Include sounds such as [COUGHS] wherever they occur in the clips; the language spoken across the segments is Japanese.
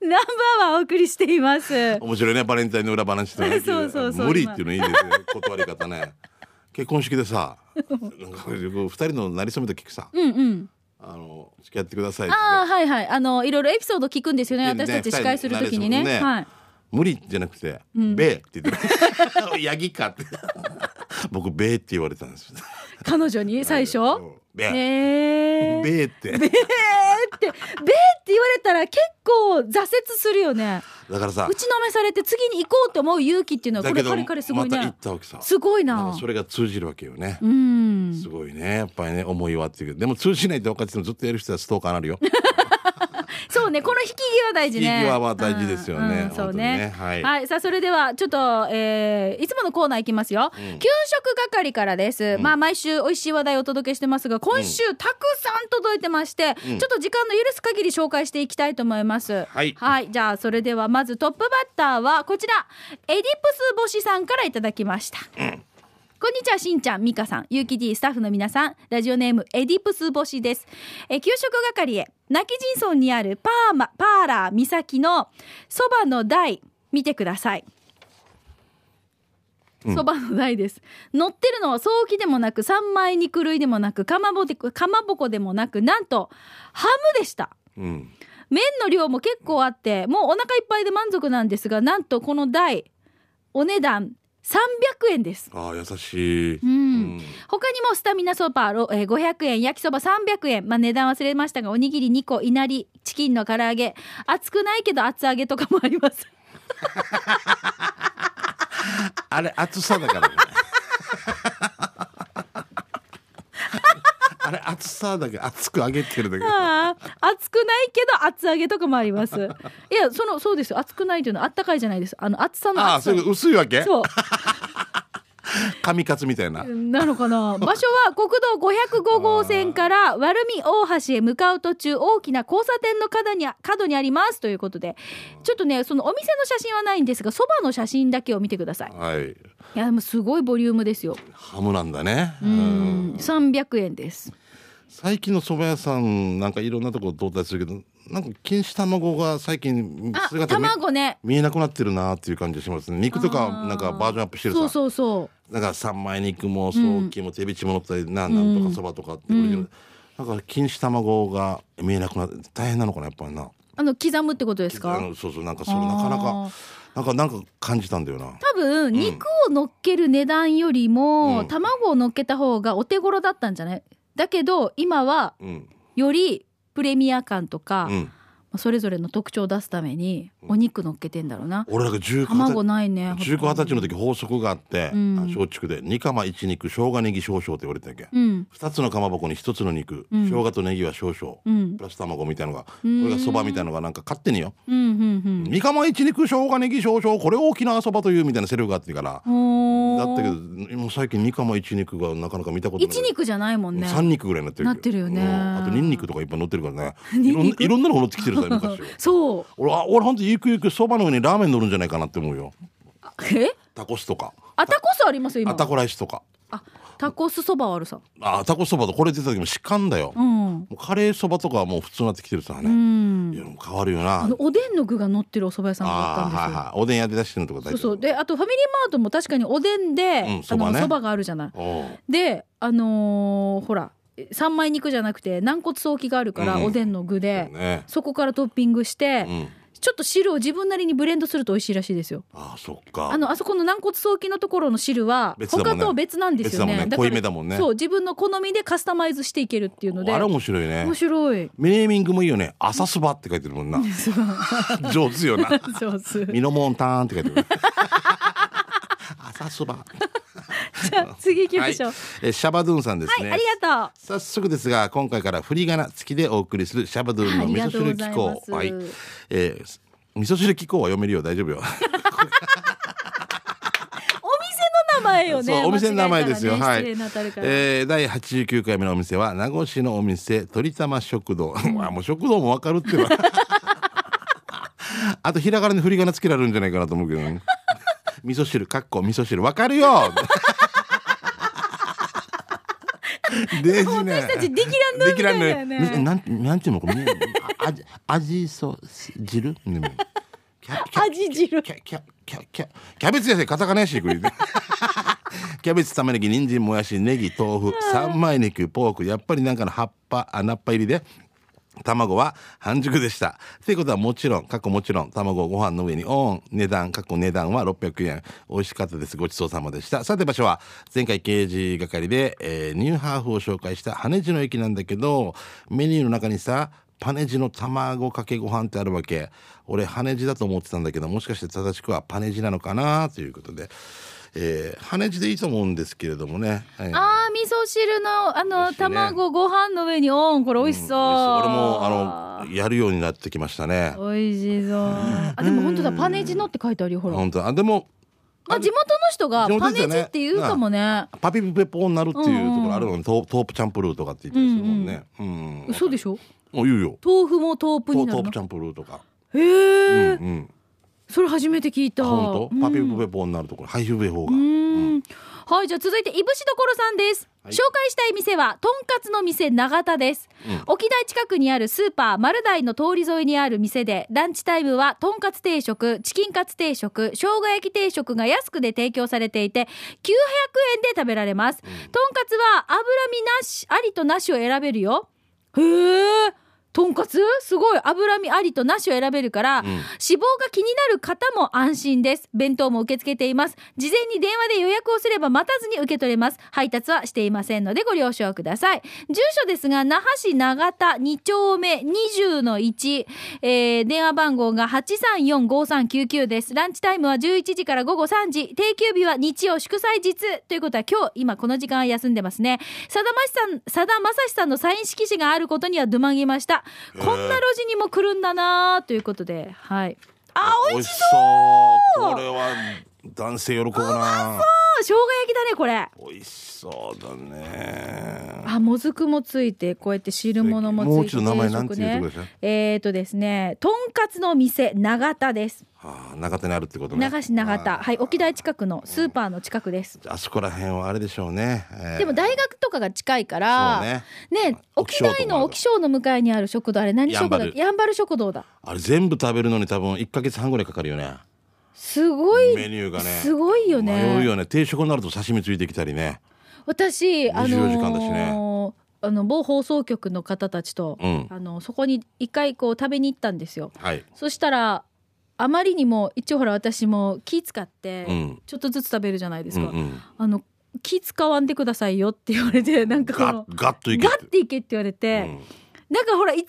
ナンバーはお送りしてい [LAUGHS] ます。面白いねバレンタインの裏話とか [LAUGHS] ねそうそうそう無理っていうのいいですね断り方ね結婚式でさなんか二人のなりそめた聞くさ、うんうん。あの付き合ってくださいってああはいはい。あのいろいろエピソード聞くんですよね。ね私たち司会するときにね。二人ではい。無理じゃなくて「べ」って言ってた [LAUGHS] ヤギか」って僕「べ」って言われたんです彼女に最初。 「べ」えー。べ」ってべーって、べーって言われたら結構挫折するよね。だからさ打ちのめされて次に行こうって思う勇気っていうのはこだれけどカリカリすごまいた行っね。たわけさすごいなんなか。それが通じるわけよねうん。すごいねやっぱりね思いはっていうけどでも通じないって分かっててもずっとやる人はストーカーなるよそうね、この引き際大事ね。引き際は大事ですよねうんうんそう本ね。当にねはいさあ、それでは、ちょっと、えーいつものコーナーいきますよ。給食係からです。まあ、毎週美味しい話題をお届けしてますが、今週たくさん届いてまして、ちょっと時間の許す限り紹介していきたいと思います。はいじゃあ、それでは、まずトップバッターは、こちら、エディプス星さんからいただきました。こんにちは、しんちゃん、みかさん、ゆうき D スタッフの皆さん、ラジオネーム、エディプス星です。えー、給食係へ、泣き人村にあるパーマ、パーラー岬のそばの台、見てください。そばの台です。乗ってるのは早期でもなく、三枚肉類でもなく、かまぼでかまぼこでもなく、なんと、ハムでした。うん麺の量も結構あってもうお腹いっぱいで満足なんですがなんとこの台お値段300円ですああ優しいうん他にもスタミナソーパーろえー500円焼きそば300円、まあ、値段忘れましたがおにぎり2個いなりチキンの唐揚げ熱くないけど厚揚げとかもあります [LAUGHS] あれ暑さだからね [LAUGHS] あれ暑さだけ熱く上げてるだけあー熱くないけど厚揚げとかもありますいやそのそうですよ熱くないというのはあったかいじゃないですあの厚さのああ厚そされが薄いわけそう神活みたいななのか [LAUGHS] な場所は国道505号線から丸見大橋へ向かう途中大きな交差点の角に角にありますということでちょっとねそのお店の写真はないんですがそばの写真だけを見てくださいはいいやでもすごいボリュームですよハムなんだねうーん300円です最近の蕎麦屋さんなんかいろんなとこ到達するけどなんか錦糸卵が最近あ姿見卵ね見えなくなってるなっていう感じがしますね肉とあかーなんかバージョンアップしてるさそうそうそなんか三枚肉も早期も手びちも乗ったり、ななんとかそばとかって、なんか錦糸卵が見えなくなって大変なのかなやっぱりなうあの刻むってことですあかのそうそうなんかそれなかなかなんかなんか感じたんだよな多分肉を乗っける値段よりも、うん卵を乗っけた方がお手頃だったんじゃないだけど今はうんよりプレミア感とか、うんそれぞれの特徴を出すためにお肉乗っけてんだろうな、俺なんか19卵ないね19ほ二とん十ど歳の時法則があって、うんあ松竹で「二釜一肉生姜ネギ少々」って言われてたっけ、うん二つのかまぼこに一つの肉、うん生姜とネギは少々、うんプラス卵みたいのがこうんれがそばみたいのがなんか勝手にようんうん「三釜一肉生姜ネギ少々これ大きなそばという」みたいなセリフがあってからうんおだーったけどもう最近三釜一肉がなかなか見たことない一肉じゃないもんね三肉ぐらいになってるなってるよねうんあとニンニクとかいっぱい乗ってるからね [LAUGHS] ニいンろんニなクいろんなのが乗ってきてるさ昔 [LAUGHS] そう俺あ俺ほんとゆくゆくそばの上にラーメン乗るんじゃないかなって思うよあえタコスとかあタコスありますよあ今タコライスとかあタコスそばはあるさあタコそばとこれ出た時もしかんだよ、うもん、うカレーそばとかはもう普通になってきてるさね、うんいやでも変わるよなあのおでんの具が乗ってるお蕎麦屋さんがあったんあですーよはいはいおでんやで出してるとこ大そう丈そ夫うであとファミリーマートも確かにおでんで、うんあそばのねそばがあるじゃないおうであのーほら三枚肉じゃなくて軟骨早期があるから、うんおでんの具で、ねそこからトッピングして、うんちょっと汁を自分なりにブレンドすると美味しいらしいですよ。あーそっかあのあそこの軟骨早期のところの汁は別だもん他ねとは別なんですよね。別だもんね濃いめだもんねそう自分の好みでカスタマイズしていけるっていうのであれ面白いね面白い。ネーミングもいいよね朝そばって書いてるも [LAUGHS] んなそう上手よな上手ミノモンターンって書いてる [LAUGHS] 朝そばじゃあ次行きましょう。はいえーシャバドゥンさんですはね、い、ありがとう。早速ですが今回から振り仮名付きでお送りするシャバドゥンの味噌汁機あ構りがとうございますえー味噌汁機構は読めるよ大丈夫よお店の名前よね。そうお店の名前ですよ、間は違えたらね失い、礼になたるから。えー第89回目のお店は名護市のお店鳥玉食堂、あもう食堂もわかるってばあとひらがなに振り仮名つけられるんじゃないかなと思うけど、ね、味噌汁かっこ味噌汁わかるよで私たちディキランドみたいだよねできらんのなんなんていうのこれ、ね、ああじ味そうす汁うんキャキャ味汁キャキャキャキャキャベツやせカタカナやし食いキャベツ玉ねぎ人参もやしネギ豆腐三枚肉ポークやっぱりなんかの葉っぱ穴っぱ入りで卵は半熟でした。ということはもちろん、過去もちろん、卵をご飯の上にオン、値段、過去値段は600円。美味しかったです。ごちそうさまでした。さて場所は、前回刑事係で、えーニューハーフを紹介した羽地の駅なんだけど、メニューの中にさ、パネジの卵かけご飯ってあるわけ俺羽地だと思ってたんだけどもしかして正しくはパネジなのかなということで、えー、羽地でいいと思うんですけれどもね、えーあー味噌汁のあの、味噌汁ね卵ご飯の上にオンこれ美味しそう、俺もあのやるようになってきましたね美味しそうあでも本当だパネジのって書いてあるよほら本当あでもまあ地元の人が地パ元でネすよジねって言うかもねパピプペポーになるっていうところあるのに、トートープチャンプルーとかって言ったりするもんねうん、うん嘘でしょお言うよ豆腐も豆腐トにーなるトのープチャンプルーとかへえ、うんそれ初めて聞いた本当、パピプペポーになるところハイフベ方が、うんはいじゃあ続いていぶしどころさんです、はい紹介したい店はとんかつの店永田です、沖台近くにあるスーパー丸大の通り沿いにある店でランチタイムはとんかつ定食チキンカツ定食生姜焼き定食が安くで提供されていて900円で食べられます、とんかつは脂身なしありとなしを選べるよへえとんかつすごい脂身ありとなしを選べるから、脂肪が気になる方も安心です弁当も受け付けています事前に電話で予約をすれば待たずに受け取れます配達はしていませんのでご了承ください住所ですが那覇市永田2丁目20の1、えー電話番号が8345399ですランチタイムは11時から午後3時定休日は日曜祝祭日ということは今日今この時間は休んでますねさだましさんさだまさしさんのサイン色紙があることにはどまぎましたこんな路地にも来るんだなということではいあ美味しそうこれは男性喜ぶな生姜焼きだねこれ美味しそうだねあもずくもついてこうやって汁物もついてもう一度名前なんて言うと定こで食したねえっ、ー、とですねとんかつの店永田ですああ長手にあるってことね長市永田あーはい沖台近くのスーパーの近くですあそこら辺はあれでしょうね、えーでも大学とかが近いからそうねね沖沖縄とか台ものある沖商の向かいにある食堂あれ何食堂だっけやんばる食堂だあれ全部食べるのに多分1か月半ぐらいかかるよねすごいメニューがねすごいよね迷うよね定食になると刺身ついてきたりね私あの24時間だしーあの某放送局の方たちと、うんあのそこに一回こう食べに行ったんですよはいそしたらあまりにも一応ほら私も気使って、うんちょっとずつ食べるじゃないですうんか、うんあの気使わんでくださいよって言われてなんかこガッのガッといけガっッていけって言われてて、なんかほら一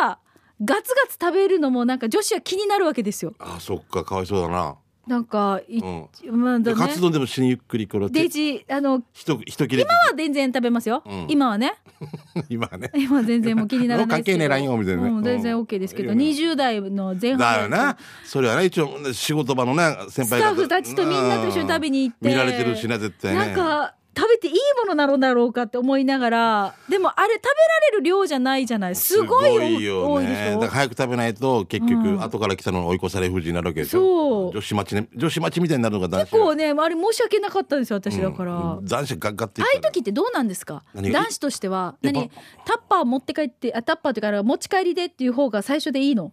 応はガツガツ食べるのもなんか女子は気になるわけですようんあそっかかわいそうだななんかい、うんまあだカツね丼でも死にゆっくりこれデイジーあのひとひと切れ今は全然食べますよ、うん今はね [LAUGHS] 今はね今全然もう気にならないですけどもう関係ねえラインをみたいなねうん全然 OK ですけど、うん20代の前半だよなそれはね一応仕事場のね先ス輩タッ方フたちとみんなと一緒に食べに行って、見られてるしな絶対ねなんか食べていいものなのだろうかって思いながらでもあれ食べられる量じゃないじゃないすごいすよ多いでねしだからょ早く食べないと結うん局後から来たのに追い越される風になるわけでしそうょ女子待ちね女子待ちみたいになるのが男結子構ねあれ申し訳なかったんですよ私だから、うん男子がガッガッてあいっあいうたら時ってどうなんですか何男が子としてはやっぱ何タッパー持って帰ってあタッパーというか持ち帰りでっていう方が最初でいいの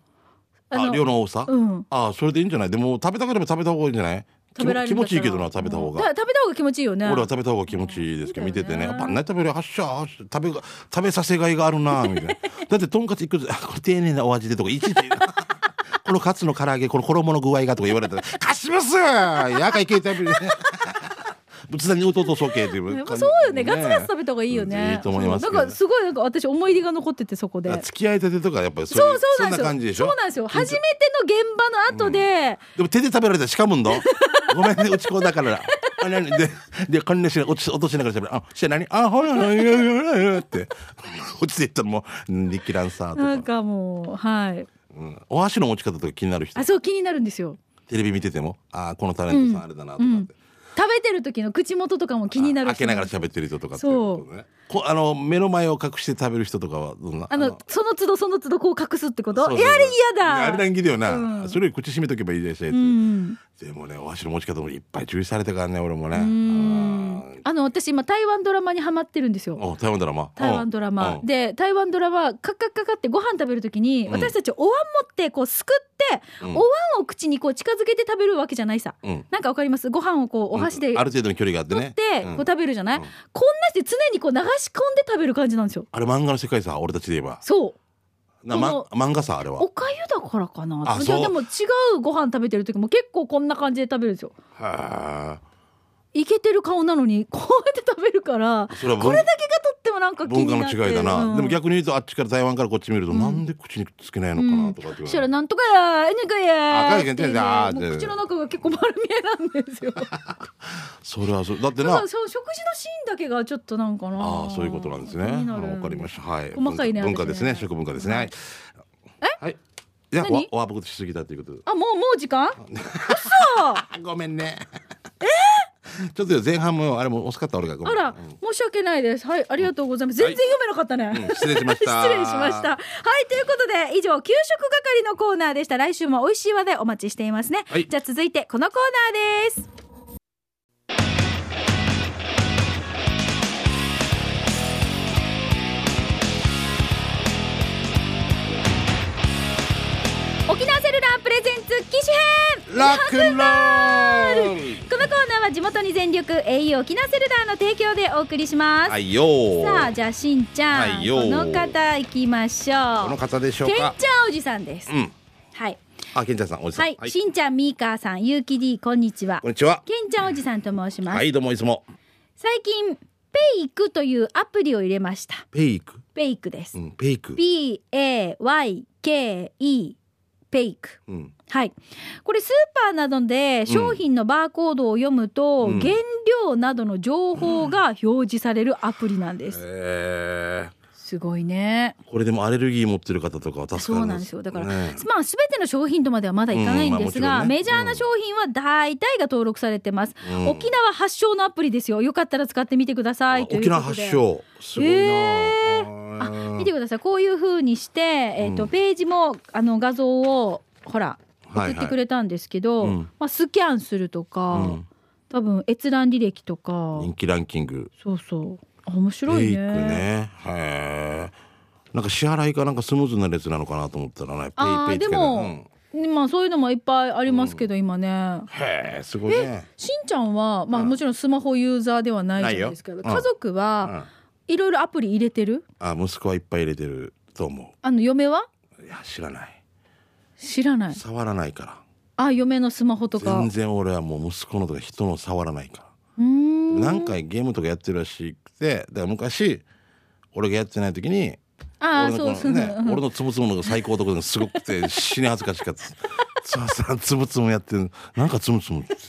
あ量の多さうんああそれでいいんじゃないでも食べたければ食べた方がいいんじゃない気食べらもれ気るんだったら持ちいいけどな食べた方うんだがから食べた方が気持ちいいよね俺は食べた方が気持ちいいですけどうん見ててそうだねよねパンナイ食べるよはっしゃはっしゃ食べが食べさせがいがあるなみたいなだってとんかつ一個ずつあこれ丁寧なお味でとかいちいちこのカツの唐揚げこの衣の具合がとか言われたら「貸しますやかいけい食べる」仏壇に弟そうけっていうやっ感ぱじそうよねガツガツ食べた方がいいようんねいいと思いますそうけなどんかすごいなんか私思い出が残っててそこで付き合いたてとかやっぱりそういそうそううそんなな感んじでですしょよそうなんですよ初めての現場の後で、でも手で食べられたらしかむんだ。 [LAUGHS] ごめんね、うち子だから。あ、なに、で、で、関連しな、落ち、落としながら喋る。あ、して、なに、あ、ほら、ほら、いやいやいやいやって。 [LAUGHS] 落ちていったらもう、ん力卵さとなんか。かもうはいうんお箸の持ち方とか気になる人あ。そう気になるんですよテレビ見てても、あ、このタレントさんあれだなとかって。食べてる時の口元とかも気になるあ開けながら人喋ってる人とかってそうことね。こあの、目の前を隠して食べる人とかは、どんな。あのその都度その都度こう隠すってことそうそうそうやれ嫌だあれ難儀だような。んそれより口閉めとけばいいでしょ。うんでもね、お箸の持ち方もいっぱい注意されたからね、俺もね。うんあーあの私今台湾ドラマにハマってるんですよお台湾ドラマ台湾ドラマうんで台湾ドラマカッカッカッカってご飯食べるときにうん私たちお椀持ってこうすくってうんお椀を口にこう近づけて食べるわけじゃないさうんなんかわかりますご飯をこうお箸でうんある程度の距離があって取っねてうこんう食べるじゃない、うんこんなして常にこう流し込んで食べる感じなんですよあれ漫画の世界さ俺たちで言えばそうな、こまの、漫画さあれはおかゆだからかなあでもそうでも違うご飯食べてる時も結構こんな感じで食べるんですよへいけてる顔なのに [LAUGHS] こうやって食べるからえそれはこ文れだけがとってもなんか気文に化なのって違いだな、うんでも逆に言うとあっちから台湾からこっち見ると、うんなんで口につけないのかなとかってそ言しわたれらるなんとかやえねかあやかっんけてんていんうてんあーもっうて口の中が結構丸見えなんです [LAUGHS] よだかそれはそうだってならその食事のシーンだけがちょっとなんかなああそういうことなんですね気になあるわかりましたはい細かいね文化文化ですね私ね食文化ですねはいはいいや何おわぼしすぎたということであもうもう時間嘘あごめんねえ [LAUGHS] ちょっとよ前半もあれも惜しかった俺がごめあんら、申し訳ないです。はい、ありがとうございます。全然読めなかったね。うん失礼しまし [LAUGHS] た失礼しました。はい、ということで、以上、給食係のコーナーでした。来週も美味しい話題お待ちしていますね。はいじゃあ続いて、このコーナーです。沖縄セルラープレゼンツ機種編ラックンローこのコーナーは地元に全力 au 沖縄セルラーの提供でお送りします、ルはいよーさあじゃあしんちゃん、はいよこの方行きましょこのう方でしょうけんちゃかんおじさんです、うんはいあけんちゃんさんおじさんはい、しんちゃんみーかーさんゆうき D こんにちはこんにちはけんちゃんおじさんと申します、はいどうもいつも最近ペイクというアプリを入れましたペイクペイクです、うんペイク PAYKE ペイクうんはい、これスーパーなどで商品のバーコードを読むと、うん原料などの情報が表示されるアプリなんです、えーすごいねこれでもアレルギー持ってる方とかは助かるそうなんですよだから、ねまあ全ての商品とまではまだいかないんですうんまあが、もちろんねメジャーな商品は大体が登録されてます、うん沖縄発祥のアプリですよよかったら使ってみてくださいということで沖縄発祥すごいな、えーあ見てくださいこういう風にして、えーとうんページもあの画像をほら送ってくれたんですけど、はいはいうんまあ、スキャンするとか、うん多分閲覧履歴とか人気ランキングそうそうあ面白ペいイねクねへえなんか支払いがなんかスムーズなやつなのかなと思ったらねあペーイペでイつけて、うんも、まあそういうのもいっぱいありますけど、今ねへえすごいねしんちゃんは、まあ、もちろんスマホユーザーではないじゃないですけど、ないよう家ん族うはんいろいろアプリ入れてるあ息子はいっぱい入れてると思あの嫁はういや知らない知らない触らないからあ嫁のスマホとか全然俺はもう息子のとか人の触らないからうーん何回ゲームとかやってるらしくてだから昔俺がやってない時にああ俺そうそうそのこのうね、俺のつぶつぶのが最高ところがすごく [LAUGHS] て死に恥ずかしかったつわつわつぶつぶやってるなんかつぶつぶって言って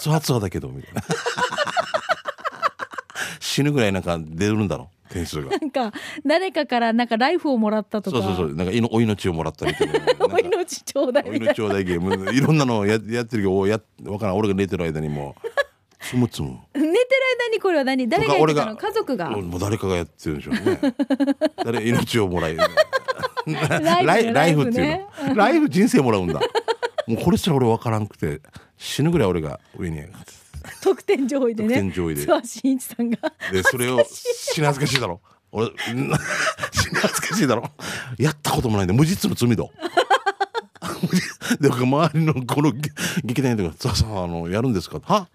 つわつわだけどみ [LAUGHS] たいな死ぬぐらいなんか出るんだろう点数がなんか誰かからなんかライフをもらったとかそうそうそうなんかいのお命をもらったみたいななんかお命ちょうだいおみたい命ちょうだいゲームいろんなのをややってるけどおやわからん俺が寝てる間にもうつむつむな寝てる間にこれは何誰がやってたの家族がもう誰かがやってるんでしょう [LAUGHS] ね誰命をもらえるイフねライライフっていうのライフ人生もらうんだもうこれすら俺分からんくて死ぬぐらい俺が上に得点上位でね得点上位で諏訪真一さんがでそれを死に恥ずかしいだろ俺 [LAUGHS] うん死に恥ずかしいだろやったこともないんで無実の罪だ [LAUGHS] 無実で周りのこの劇劇団員とか「さあさああのやるんですか?」は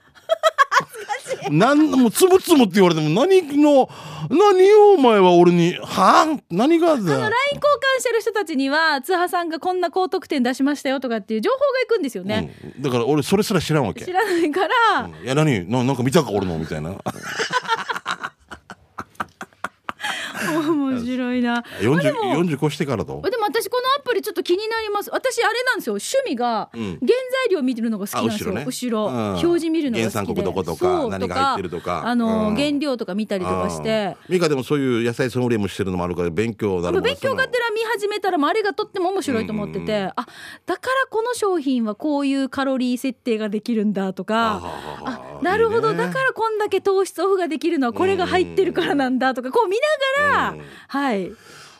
なんもうつむつむって言われても何の何をお前は俺に「はあ何があの LINE だ?」交換してる人たちには津波さんがこんな高得点出しましたよとかっていう情報がいくんですよね、うん、だから俺それすら知らんわけ知らないから、うんいや何ななんか見たか俺のみた [LAUGHS] いな面白いな 40, 40越してからとでも私このアプリちょっと気になります私あれなんですよ趣味がうん原材料見てるのが好きなんですよ、あ後ろね後ろうん表示見るのが好きで原産国どことかそう何が入ってるとかあの、うん原料とか見たりとかしてうんミカでもそういう野菜ソムリエもしてるのもあるから勉強だもう勉強がてら見始めたらもうあれがとっても面白いと思ってて、うんうんうんあだからこの商品はこういうカロリー設定ができるんだとかああなるほどだからこんだけ糖質オフができるのはこれが入ってるからなんだとかこう見ながら、うんはい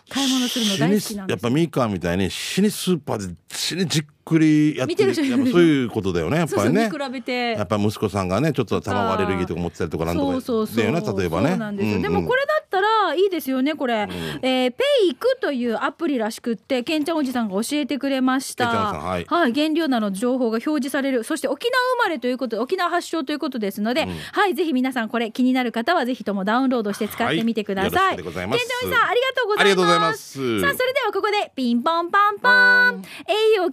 買い物するの死大に好すきなんやでっすぱミカみたいに死にスーパーで死にじっくりやって見てる人いるやっぱそういうことだよねやっそうぱそうり見ね比べてやっぱ息子さんがねちょっと卵アレルギーとか持ってたりとかなんとかそうそうそうだよね例えばねそうなんですよ、うんうんでもこれだったらいいですよねこれ、えーペイクというアプリらしくってけんちゃんおじさんが教えてくれましたけんちゃんおじさんはい原料などの情報が表示されるそして沖縄生まれということ沖縄発祥ということですので、はいぜひ皆さんこれ気になる方はぜひともダウンロードして使ってみてくださはいい,、よけろんしくでごちざゃいんおますじさんありがとうございますありがとうございますさあそれではここでピンポンパンパン au 沖縄セルラ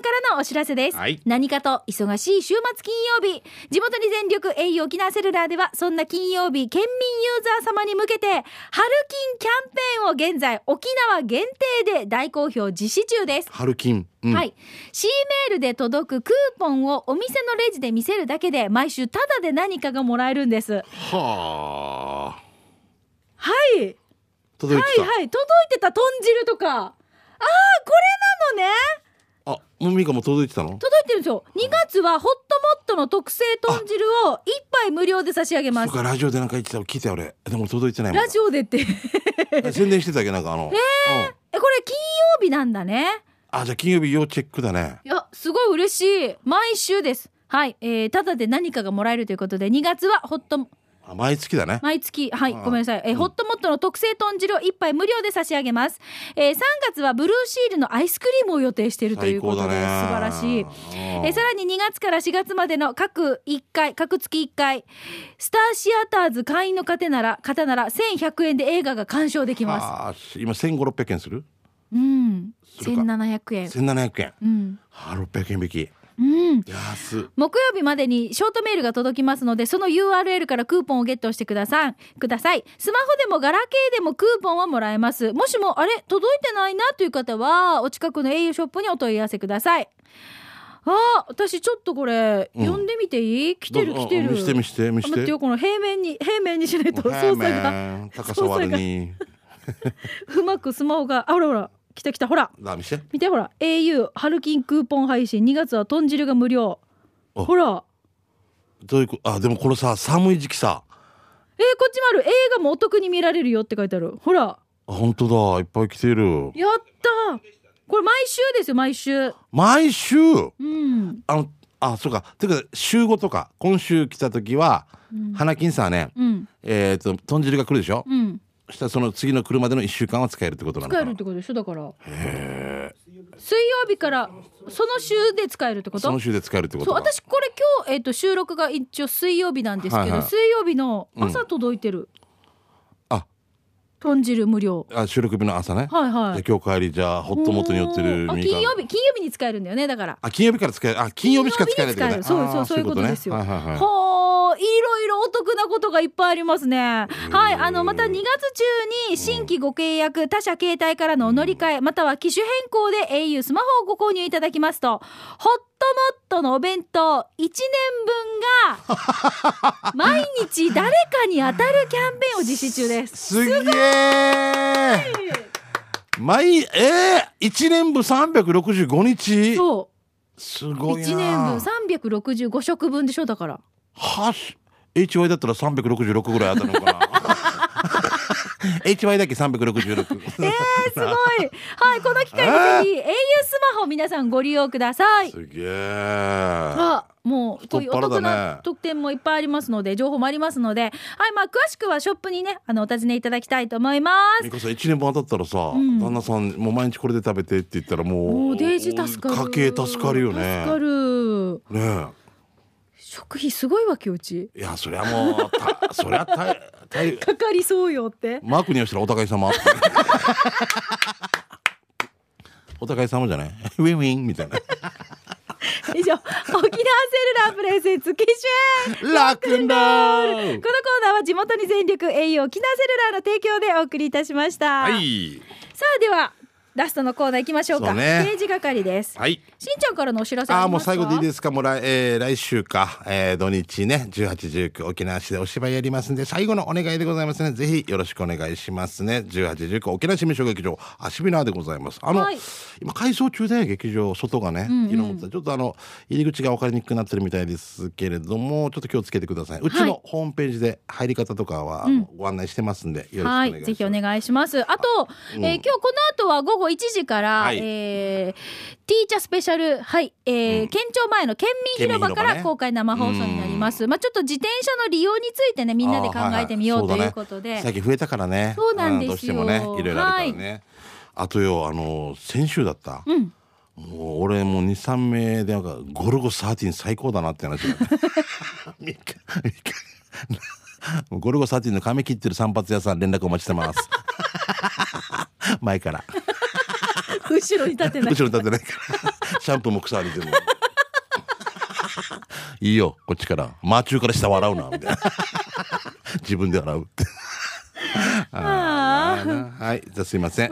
ーからのお知らせです、はい何かと忙しい週末金曜日地元に全力 au 沖縄セルラーではそんな金曜日県民ユーザー様に向けて春金キャンペーンを現在沖縄限定で大好評実施中ですハルキン、うんはい、C メールで届くクーポンをお店のレジで見せるだけで毎週タダで何かがもらえるんですはあはい届いてた、はいはい届いてた豚汁とかああこれなのねあもうミカも届いてたの届いてるんですよ2月はホットモットの特製豚汁を1杯無料で差し上げまそすうかラジオでなんか言ってた聞いたよ俺でも届いてないもんラジオでって [LAUGHS] えこ宣伝してたっけなんかあの、うんれ金曜日なんだねあじゃあ金曜日要チェックだねいやすごい嬉しい毎週ですはい、えー、ただで何かがもらえるということで2月はホットあ毎月だね毎月はいああごめんなさい、えーホットモットの特製豚汁を1杯無料で差し上げます、えー、3月はブルーシールのアイスクリームを予定しているとい最うこ高とだでね素晴らしいうんえーさらに2月から4月までの各1回各月1回スターシアターズ会員の方なら方なら1100円で映画が鑑賞できますあー今1500600円するうんするか1700円1700円うんあ600円引きうん安っ木曜日までにショートメールが届きますのでその URL からクーポンをゲットしてくださいくださいスマホでもガラケーでもクーポンはもらえますもしもあれ届いてないなという方はお近くの au ショップにお問い合わせくださいあー私ちょっとこれ、うん読んでみていい来てるどう来ぞてるあ見して見して見し待っててよこの平面に平面にしないと操作がが高さ割るにうまくスマホがあほらほら来た来たほらだ見して見てほら au 春金クーポン配信2月は豚汁が無料あほらどういうこあでもこのさ寒い時期さえー、こっちもある映画もお得に見られるよって書いてあるほらあ本当だいっぱい来てるやったーこれ毎週ですよ毎週毎週うんあのあそうかてか週5とか今週来た時は、花金さんねうんえっ、と豚汁が来るでしょ、うんそしたらその次の車での1週間は使えるってことなの使かえるっなてことでしょだから水曜日からその週で使えるってことその週で使えるってこそとうか私これ今日、えー、と収録が一応水曜日なんですけど、はいはい水曜日の朝届いてる、あ豚汁無料あ収録日の朝ね、はいはいじゃあ今日帰りじゃあホットモットに寄ってるおーあみかん金曜日金曜日に使えるんだよねだからあ金曜日から使えるあ金曜日しか使えないってことね金曜日に使えるそうあそうそーういうことですよはいはいはいほーいろいろお得なことがいっぱいありますね。はい、あの、また2月中に新規ご契約、他社携帯からのお乗り換え、または機種変更で au スマホをご購入いただきますと、ホットモットのお弁当1年分 [LAUGHS] が、毎日誰かに当たるキャンペーンを実施中です。すげえ毎えー、1年分365日そすう。ごいな1年分365食分でしょ、だから。はし HY だったら366ぐらいあったの [LAUGHS] かな HY だえけ366、ー、 [LAUGHS] すごい。はい、この機会にぜひ au スマホを皆さんご利用ください。すげえあもうこういうお太得っ腹だなね特典もいっぱいありますので情報もありますので、はいまあ、詳しくはショップにねあのお尋ねいただきたいと思います美。香さん1年分当たったらさ、ん旦那さんもう毎日これで食べてって言ったらももううデイジー助かる家計助かるよね助かるね食費すごいわけうちえいやそりゃもう [LAUGHS] たそりゃ大大かかりそうよってマークにはしたらお互い様お互い様じゃない [LAUGHS] ウィンウィンみたいな以上沖縄セルラープレゼンツ機種編ラックンローこのルコーナーは地元に全力栄養沖縄セルラーの提供でお送りいたしました、はいさあではラストのコーナー行きましょうか。そうねステージ係です。はいしんちゃんからのお知らせああありもまうすか。最後でいいですかもう来,、えー来週か、えー土日ね1819沖縄市でお芝居やりますんで最後のお願いでございますねぜひよろしくお願いしますね1819沖縄市民小劇場アシビナーでございますあの、はい今改装中で劇場外がね、いろんなちょっとあの入り口が分かりにくくなってるみたいですけれどもちょっと気をつけてくださいうちのホームページで入り方とかは、ご案内してますんでよろしくおは願いします、い、ぜひお願いします。あと、えー今日この後は午後1時から、はいえーティーチャースペシャル、はい、えー県庁前の県民広場か県民広ら場ね公開生放送になります。まあちょっと自転車の利用についてね、みんなで考えてみようあーはとはいうことで。そうだね最近増えたからねそうなんですよどうしてもねいろいろあるからね、あとよあの先週だった、んもう俺もう23名でなんか「ゴルゴ13最高だな」って [LAUGHS] 話だね三日三日ゴルゴ13の髪切ってる散髪屋さん連絡お待ちしてます前から [LAUGHS] 後ろに立て [LAUGHS] ない後。ろに立ってないからシャンプーも草ありてるのいいよこっちから真中から下笑うなみたいな自分で笑うってあー。はい、じゃあすいません。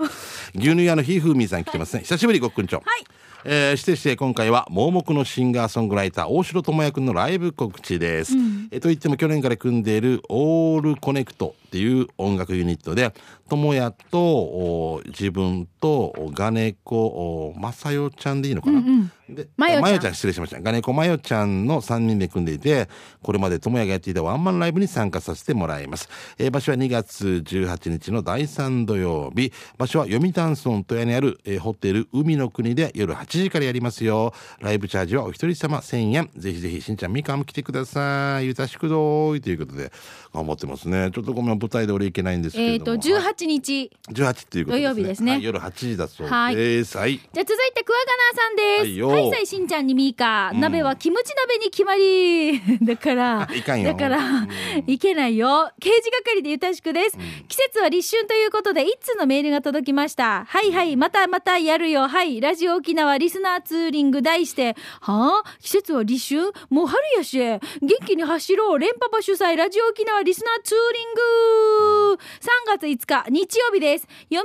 牛乳屋のひーふーみーさん来てますね。久しぶりごっくんちょ。はいえー、してして今回は盲目のシンガーソングライター大城智也くんのライブ告知です、えーといっても去年から組んでいるオールコネクトっていう音楽ユニットで智也とお自分とおガネコお正代ちゃんでいいのかな、でマヨちゃんあちゃん失礼しましたガネコマヨちゃんの3人で組んでいてこれまで智也がやっていたワンマンライブに参加させてもらいます、えー場所は2月18日の第3土曜日場所は読谷村戸谷にある、えーホテル海の国で夜8時からやりますよライブチャージはお一人様1000円ぜひぜひしんちゃんみかんも来てくださいゆたしくどーいということで頑張ってますねちょっとごめん舞台で俺行けないんですけえれっ、どもと、はい18日。 18っていうこと土曜日ですねはい夜8時だそうですはいじゃあ続いてクワガナーさんです。はいよはい、さいしんちゃんにミーカ、鍋はキムチ鍋に決まり。 [LAUGHS] だから、 [LAUGHS] いかんよだから、いけないよ。刑事係でゆたしくです。季節は立春ということで、一通のメールが届きました。はいはい、またまたやるよ。はい、ラジオ沖縄リスナーツーリング題して、はあ季節は立春もう春やし。元気に走ろう。連パパ主催、ラジオ沖縄リスナーツーリング。3月5日、日曜日です。読谷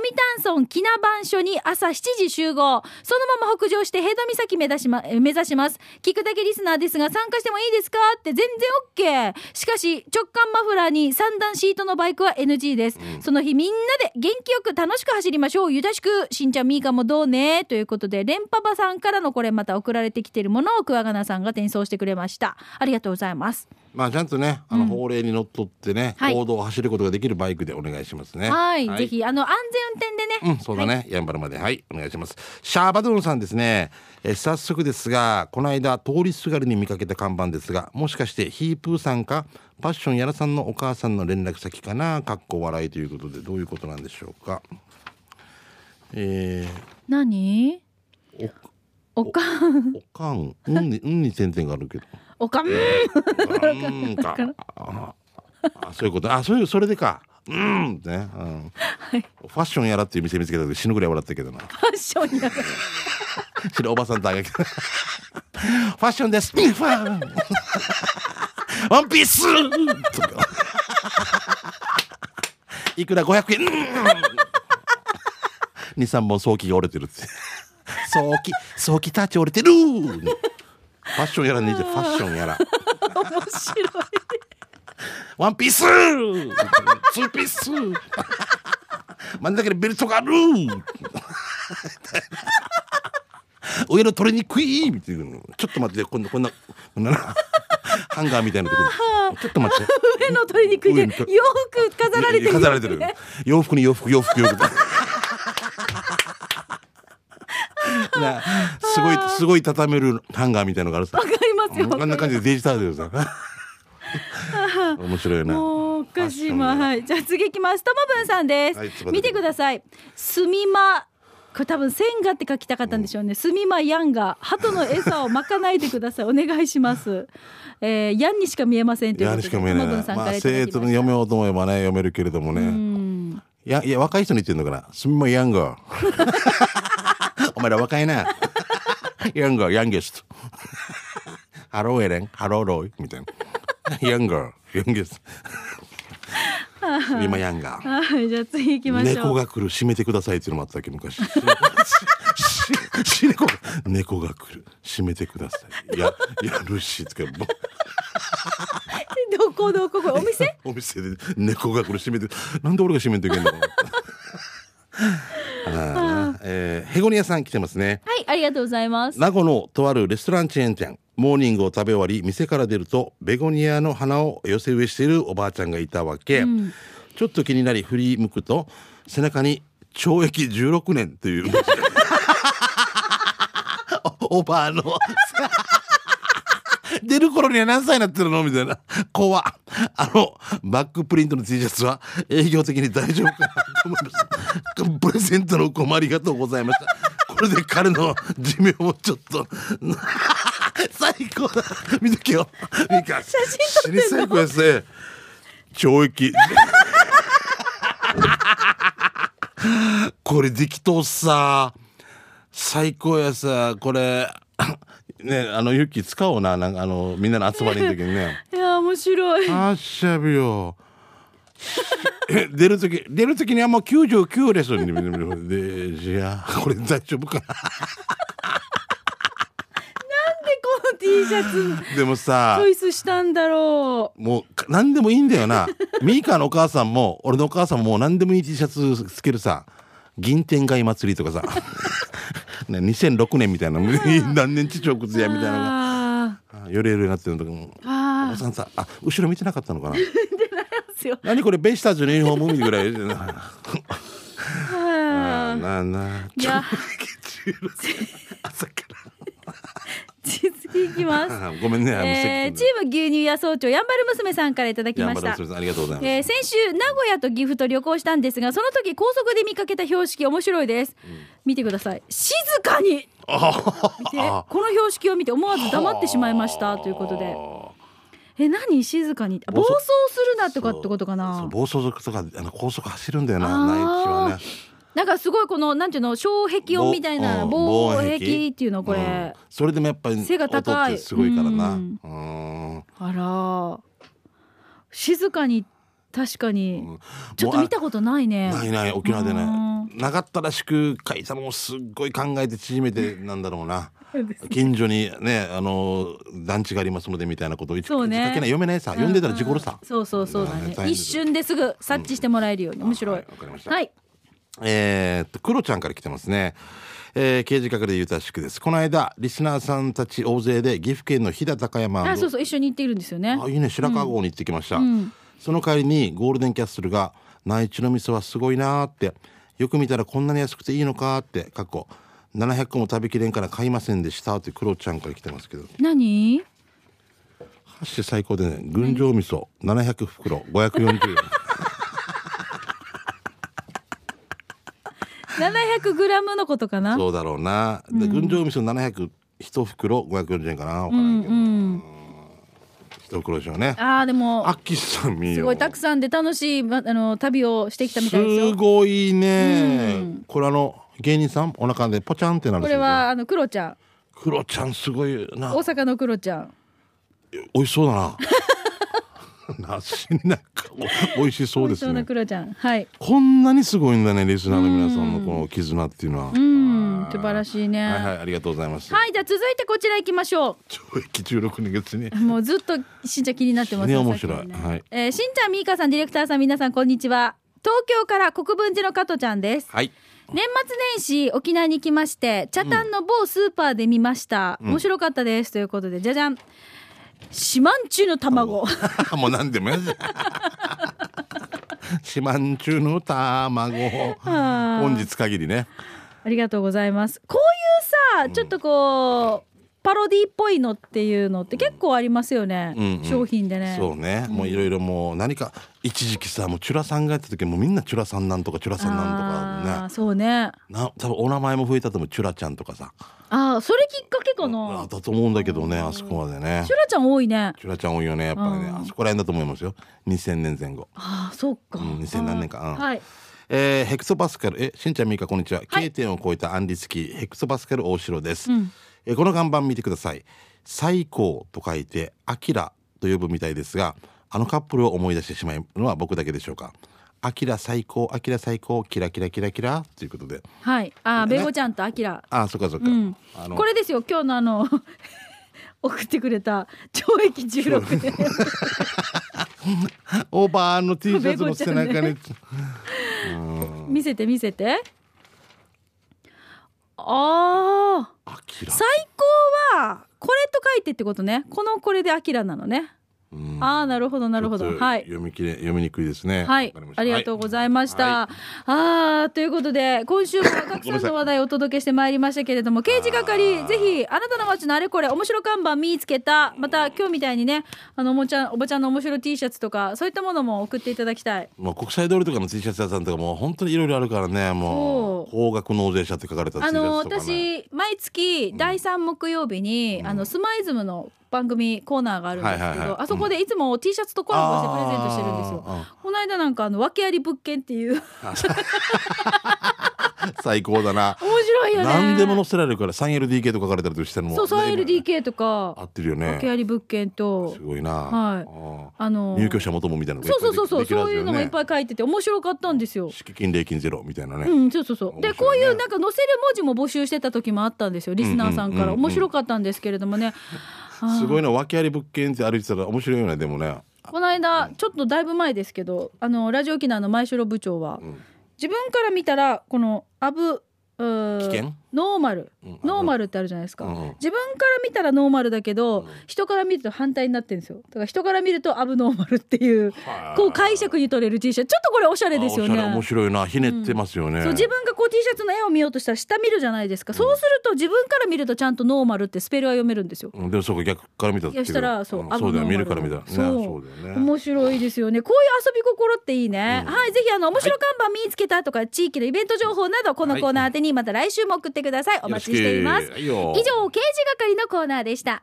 村木名番所に朝7時集合。そのまま北上して平戸岬目指しま、え目指します。聞くだけリスナーですが参加してもいいですかって全然 OK。しかし、直感マフラーに三段シートのバイクは NG です。その日みんなで元気よく楽しく走りましょう。ゆだしく、しんちゃんみーかもどうね。ということで、レンパパさんからのこれまた送られてきているものをクワガナさんが転送してくれました。ありがとうございます。まあちゃんとね、あの法令にのっとってね、はい行動を走ることができるバイクでお願いしますね。はい。ぜ。ひ、あの、安全運転でね。うん、そうだね、やんばるまで、はい、お願いします。シャーバドゥーンさんですね。えー早速ですが、この間通りすがりに見かけた看板ですが、もしかしてヒープーさんか。パッションやらさんのお母さんの連絡先かな、かっこ笑いということで、どういうことなんでしょうか。え何ーおかん、お、おかん、うんに、うんに点々があるけど。おかん。うんか。ああ、そういうこと。あ、そういう、それでか。うんってね。うん。ファッションやらっていう店見つけた時死ぬぐらい笑ったけどな。ファッションやが死ぬおばさんとあげて。フ [LAUGHS] ァッションです。うんファン。ワンピースとか。いくら500円。うん。2、3本早期が折れてるって。早期、早期タッチ折れてるファッションやらねえじゃん。ファッションやら。面白い。ワンピースツーピース真ん中にベルトがある上の取れにくいみたいなちょっと待ってこんなこんなこんななハンガーみたいなところちょっと待って上の鶏肉で上洋の服鶏飾られてる。飾られてる洋服に洋服洋服洋服なすごいすごい畳めるハンガーみたいのがあるさわかりますよ。こんな感じでデジタルでさ面白いなもうおかしいまはい。じゃあ次いきます。ともぶんさんです。はいつばで見てください。すみま。これ多分線がって書きたかったんでしょうね。すみまやんが鳩の餌をまかないでください。お願いします。えー、やんにしか見えませんといいうこやとで。にしか見えないともぶ。なんさんかまあらいただき生ました徒に読めようと思えばね読めるけれどもね。いやいや若い人に言ってんのかな。すんまヤング。 [LAUGHS] お前ら若いな。ヤングヤンゲスト。ハローエレンハローロイみたいな。ヤングヤンゲスト。リマヤンがはいじゃあ次行きましょう猫が来る閉めてくださいっていうのもあったっ [LAUGHS] け昔ししし猫が猫が来る閉めてくださいややるしとかぼどこどここれお店お店で猫が来る閉めてなんで俺が閉めていけんのか [LAUGHS] なあーえー、ヘゴニアさん来てますねはいありがとうございます名護のとあるレストランチェーン店モーニングを食べ終わり店から出るとベゴニアの花を寄せ植えしているおばあちゃんがいたわけ、ちょっと気になり振り向くと背中に懲役16年という [LAUGHS] おおばあの出る頃には何歳になってるのみたいな怖っあのバックプリントの T シャツは営業的に大丈夫かなと思いましたプレゼントのお困りありがとうございましたこれで彼の寿命もちょっと [LAUGHS] 最高だ見とけよミカ写真撮ってんの最高ですね [LAUGHS] 懲役これできとっさ最高やさこれ [COUGHS] ねあのユッキー使おうななんかあのみんなの集まりの時にねいやー面白い [LAUGHS] あっしゃびよ [LAUGHS] え出る時出る時にはもう99ですよでじゃあこれ大丈夫かでこの T シャツなで [LAUGHS] もさチョイスしたんだろもうか何でもいいんだよなミーカーのお母さんも俺のお母さんももう何でもいい T シャツつけるさ銀天街祭りとかさ [LAUGHS] ね2006年みたいな [LAUGHS] 何年ちちょくつやうみたいなのがあーあよれよれになってるのとかもおあばさんさあ後ろ見てなかったのかな [LAUGHS] ーですよ何これベイスターズのユニフォームぐらいあはーいなあなあいや朝から次行きます [LAUGHS] あーごめんね、あのえー、チせっーム牛乳屋総長やんばる娘さんからいただきやんまばしたる娘さんありがとうございます、えー先週名古屋と岐阜と旅行したんですがその時高速で見かけた標識面白いです、見てください静かに見てこの標識を見て思わず黙ってしまいましたということでえ何静かにあ暴暴走走するなとかってことかそうな暴走族とかあの高速走るんだよなあー内地はねなんかすごいこのなんていうの障壁音みたいなぼ防うん壁っていうのこれ、んそれでもやっぱり背が高い音ってすごいからなううんんあらー静かに確かに、んちょっと見たことないねないない沖縄でねうなかったらしく会社もすっごい考えて縮めてなんだろうな近所にねあの団地がありますのでみたいなことを一そうね一書けない読めないさ読んでたら事故るさうんそうそうそうだね大変一瞬ですぐ察知してもらえるように、面白いはいわかりましたはいえーっと、クロちゃんから来てますね。えー、刑事係でゆたしくです。この間、リスナーさんたち大勢で岐阜県の飛騨高山のあそうそう一緒に行っているんですよねあいいね白川郷に行ってきました、んその帰りにゴールデンキャッスルが「内地の味噌はすごいな」ってよく見たらこんなに安くていいのかって過去700個も食べきれんから買いませんでしたってクロちゃんから来てますけど何ハッシュ最高でね群青味噌700袋540円700グラムのことかなそうだろうな、で群青味噌700一袋540円かなわからんけど一袋でしょうねあーでもあきさん見よすごいたくさんで楽しい、ま、あの旅をしてきたみたいですすよごいね、これあの芸人さんお腹でポチャンってなるこれはあのクロちゃんクロちゃんすごいな大阪のクロちゃん美味しそうだ [LAUGHS] ななしなんかお美味しそうで大す阪ねのクロちゃんはいこんなにすごいんだねリスナーの皆さんのこの絆っていうのはうん素晴らしいねはいははいありがとうございます、いじゃあ続いてこちら行きましょう懲役16年月に [LAUGHS] もうずっとしんちゃん気になってますね面白いさっきねはいえーしんちゃんみーかさんディレクターさん皆さんこんにちは東京から国分寺の加トちゃんですはい年末年始沖縄に来まして茶炭の某スーパーで見ました、面白かったですということでじゃじゃんシマンチュの卵 [LAUGHS] もう何でもやじゃん四万中の卵本日限りね [LAUGHS] ありがとうございますこういうさちょっとこう、パロディっぽいのっていうのって結構ありますよね、うんうん商品でねそうね、もういろいろもう何か一時期さもうチュラさんがやった時もうみんなチュラさんなんとかチュラさんなんとあかーねそうねな多分お名前も増えたと思うチュラちゃんとかさああそれきっかけかあなだと思うんだけどねあそこまでねシュラちゃん多いねチュラちゃん多いよねやっぱりねうんあそこら辺だと思いますよ2000年前後ああそうか、うん2000何年かうんはいえーヘクソパスカルえしんちゃんみーかこんにちは、K 点を超えたアンリスキーヘクソパスカル大城です、えーこの看板見てください最高と書いてアキラと呼ぶみたいですがあのカップルを思い出してしまうのは僕だけでしょうか「アキラ最高アキラ最高キラキラキラキラ」ということではいあーねベゴちゃんとアキラあそっかそっか、うんあのこれですよ今日のあの [LAUGHS] 送ってくれた懲役16年オーバーの T シャツの背中に、 [LAUGHS] 見せて見せてああアキラ最高はこれと書いてってことねこのこれでアキラなのね、うんああなるほどなるほちょどっとはい読みきれ読みにくいですねはいわかまし、たありがとうございはました。ああ、ということで、今 [LAUGHS] 週も赤木さんの話題をお届けしてまいりましたけれども、刑事係、ぜひ、あなたの街のあれこれ、面白看板見つけた、また、今日みたいにね、あの、おもちゃん、おばちゃんの面白 T シャツとか、そういったものも送っていただきたい。もう国際通りとかの T シャツ屋さんとかもう本当にいろいろあるからねもそうう高額納税者って書かれた T シあャツとか、の、ね、私、毎月、第3木曜日に、あの、スマイズムの番組コーナーがあるんですけど、はいはいはいあそこでいつも T シャツとコラボしてプレゼントしてるんですよ。あーあこの間なんか、あの、訳あり物件っていう、面ー最高 [LAUGHS] だな白いよね。何でも載せられるから 3LDK と書かれたりとしてもそう、ね 3LDK とか。合ってるよ訳ねあり物件とすごいな、はいああのー入居者求もみたいなのがいそっうそうそうそう、ぱいできるそういうのがいっぱいい書いてて面白かったんですよ。敷金礼金ゼロみたいなね、うん、そうそうそう。で、面こ白ういねいうなんか載せる文字も募集してた時もあったんですよ。リスナーさんかうんうんらうんうん面白かったんですけれどもね。 [LAUGHS] すごい。いな訳あり物件って歩いてたら面白いよねでもねこの間ちょっとだいぶ前ですけど、あのラジオ沖縄の前城部長はうん自分から見たらこのアブうー危険ノーマルうんノーマルってあるじゃないですか。うんうん自分から見たらノーマルだけど、人から見ると反対になってるんですよ。だから人から見るとアブノーマルっていう。はいこう解釈に取れる T シャツちょっとこれおしゃれですよねあおしゃれ面白いなひねってますよね、そう自分がこう T シャツの絵を見ようとしたら下見るじゃないですか、そうすると自分から見るとちゃんとノーマルってスペルは読めるんですよ。うんでもそうか逆から見たらいやしたらそううんそうだアブノーよマル見るから見たらねそうそうだよね面白いですよねこういう遊び心っていいね、はいぜひあの面白看板見つけたとか、地域のイベント情報などこのコーナー宛てにまた来週も送ってくださいお待ちしていますよろしくはいよ以上刑事係のコーナーでした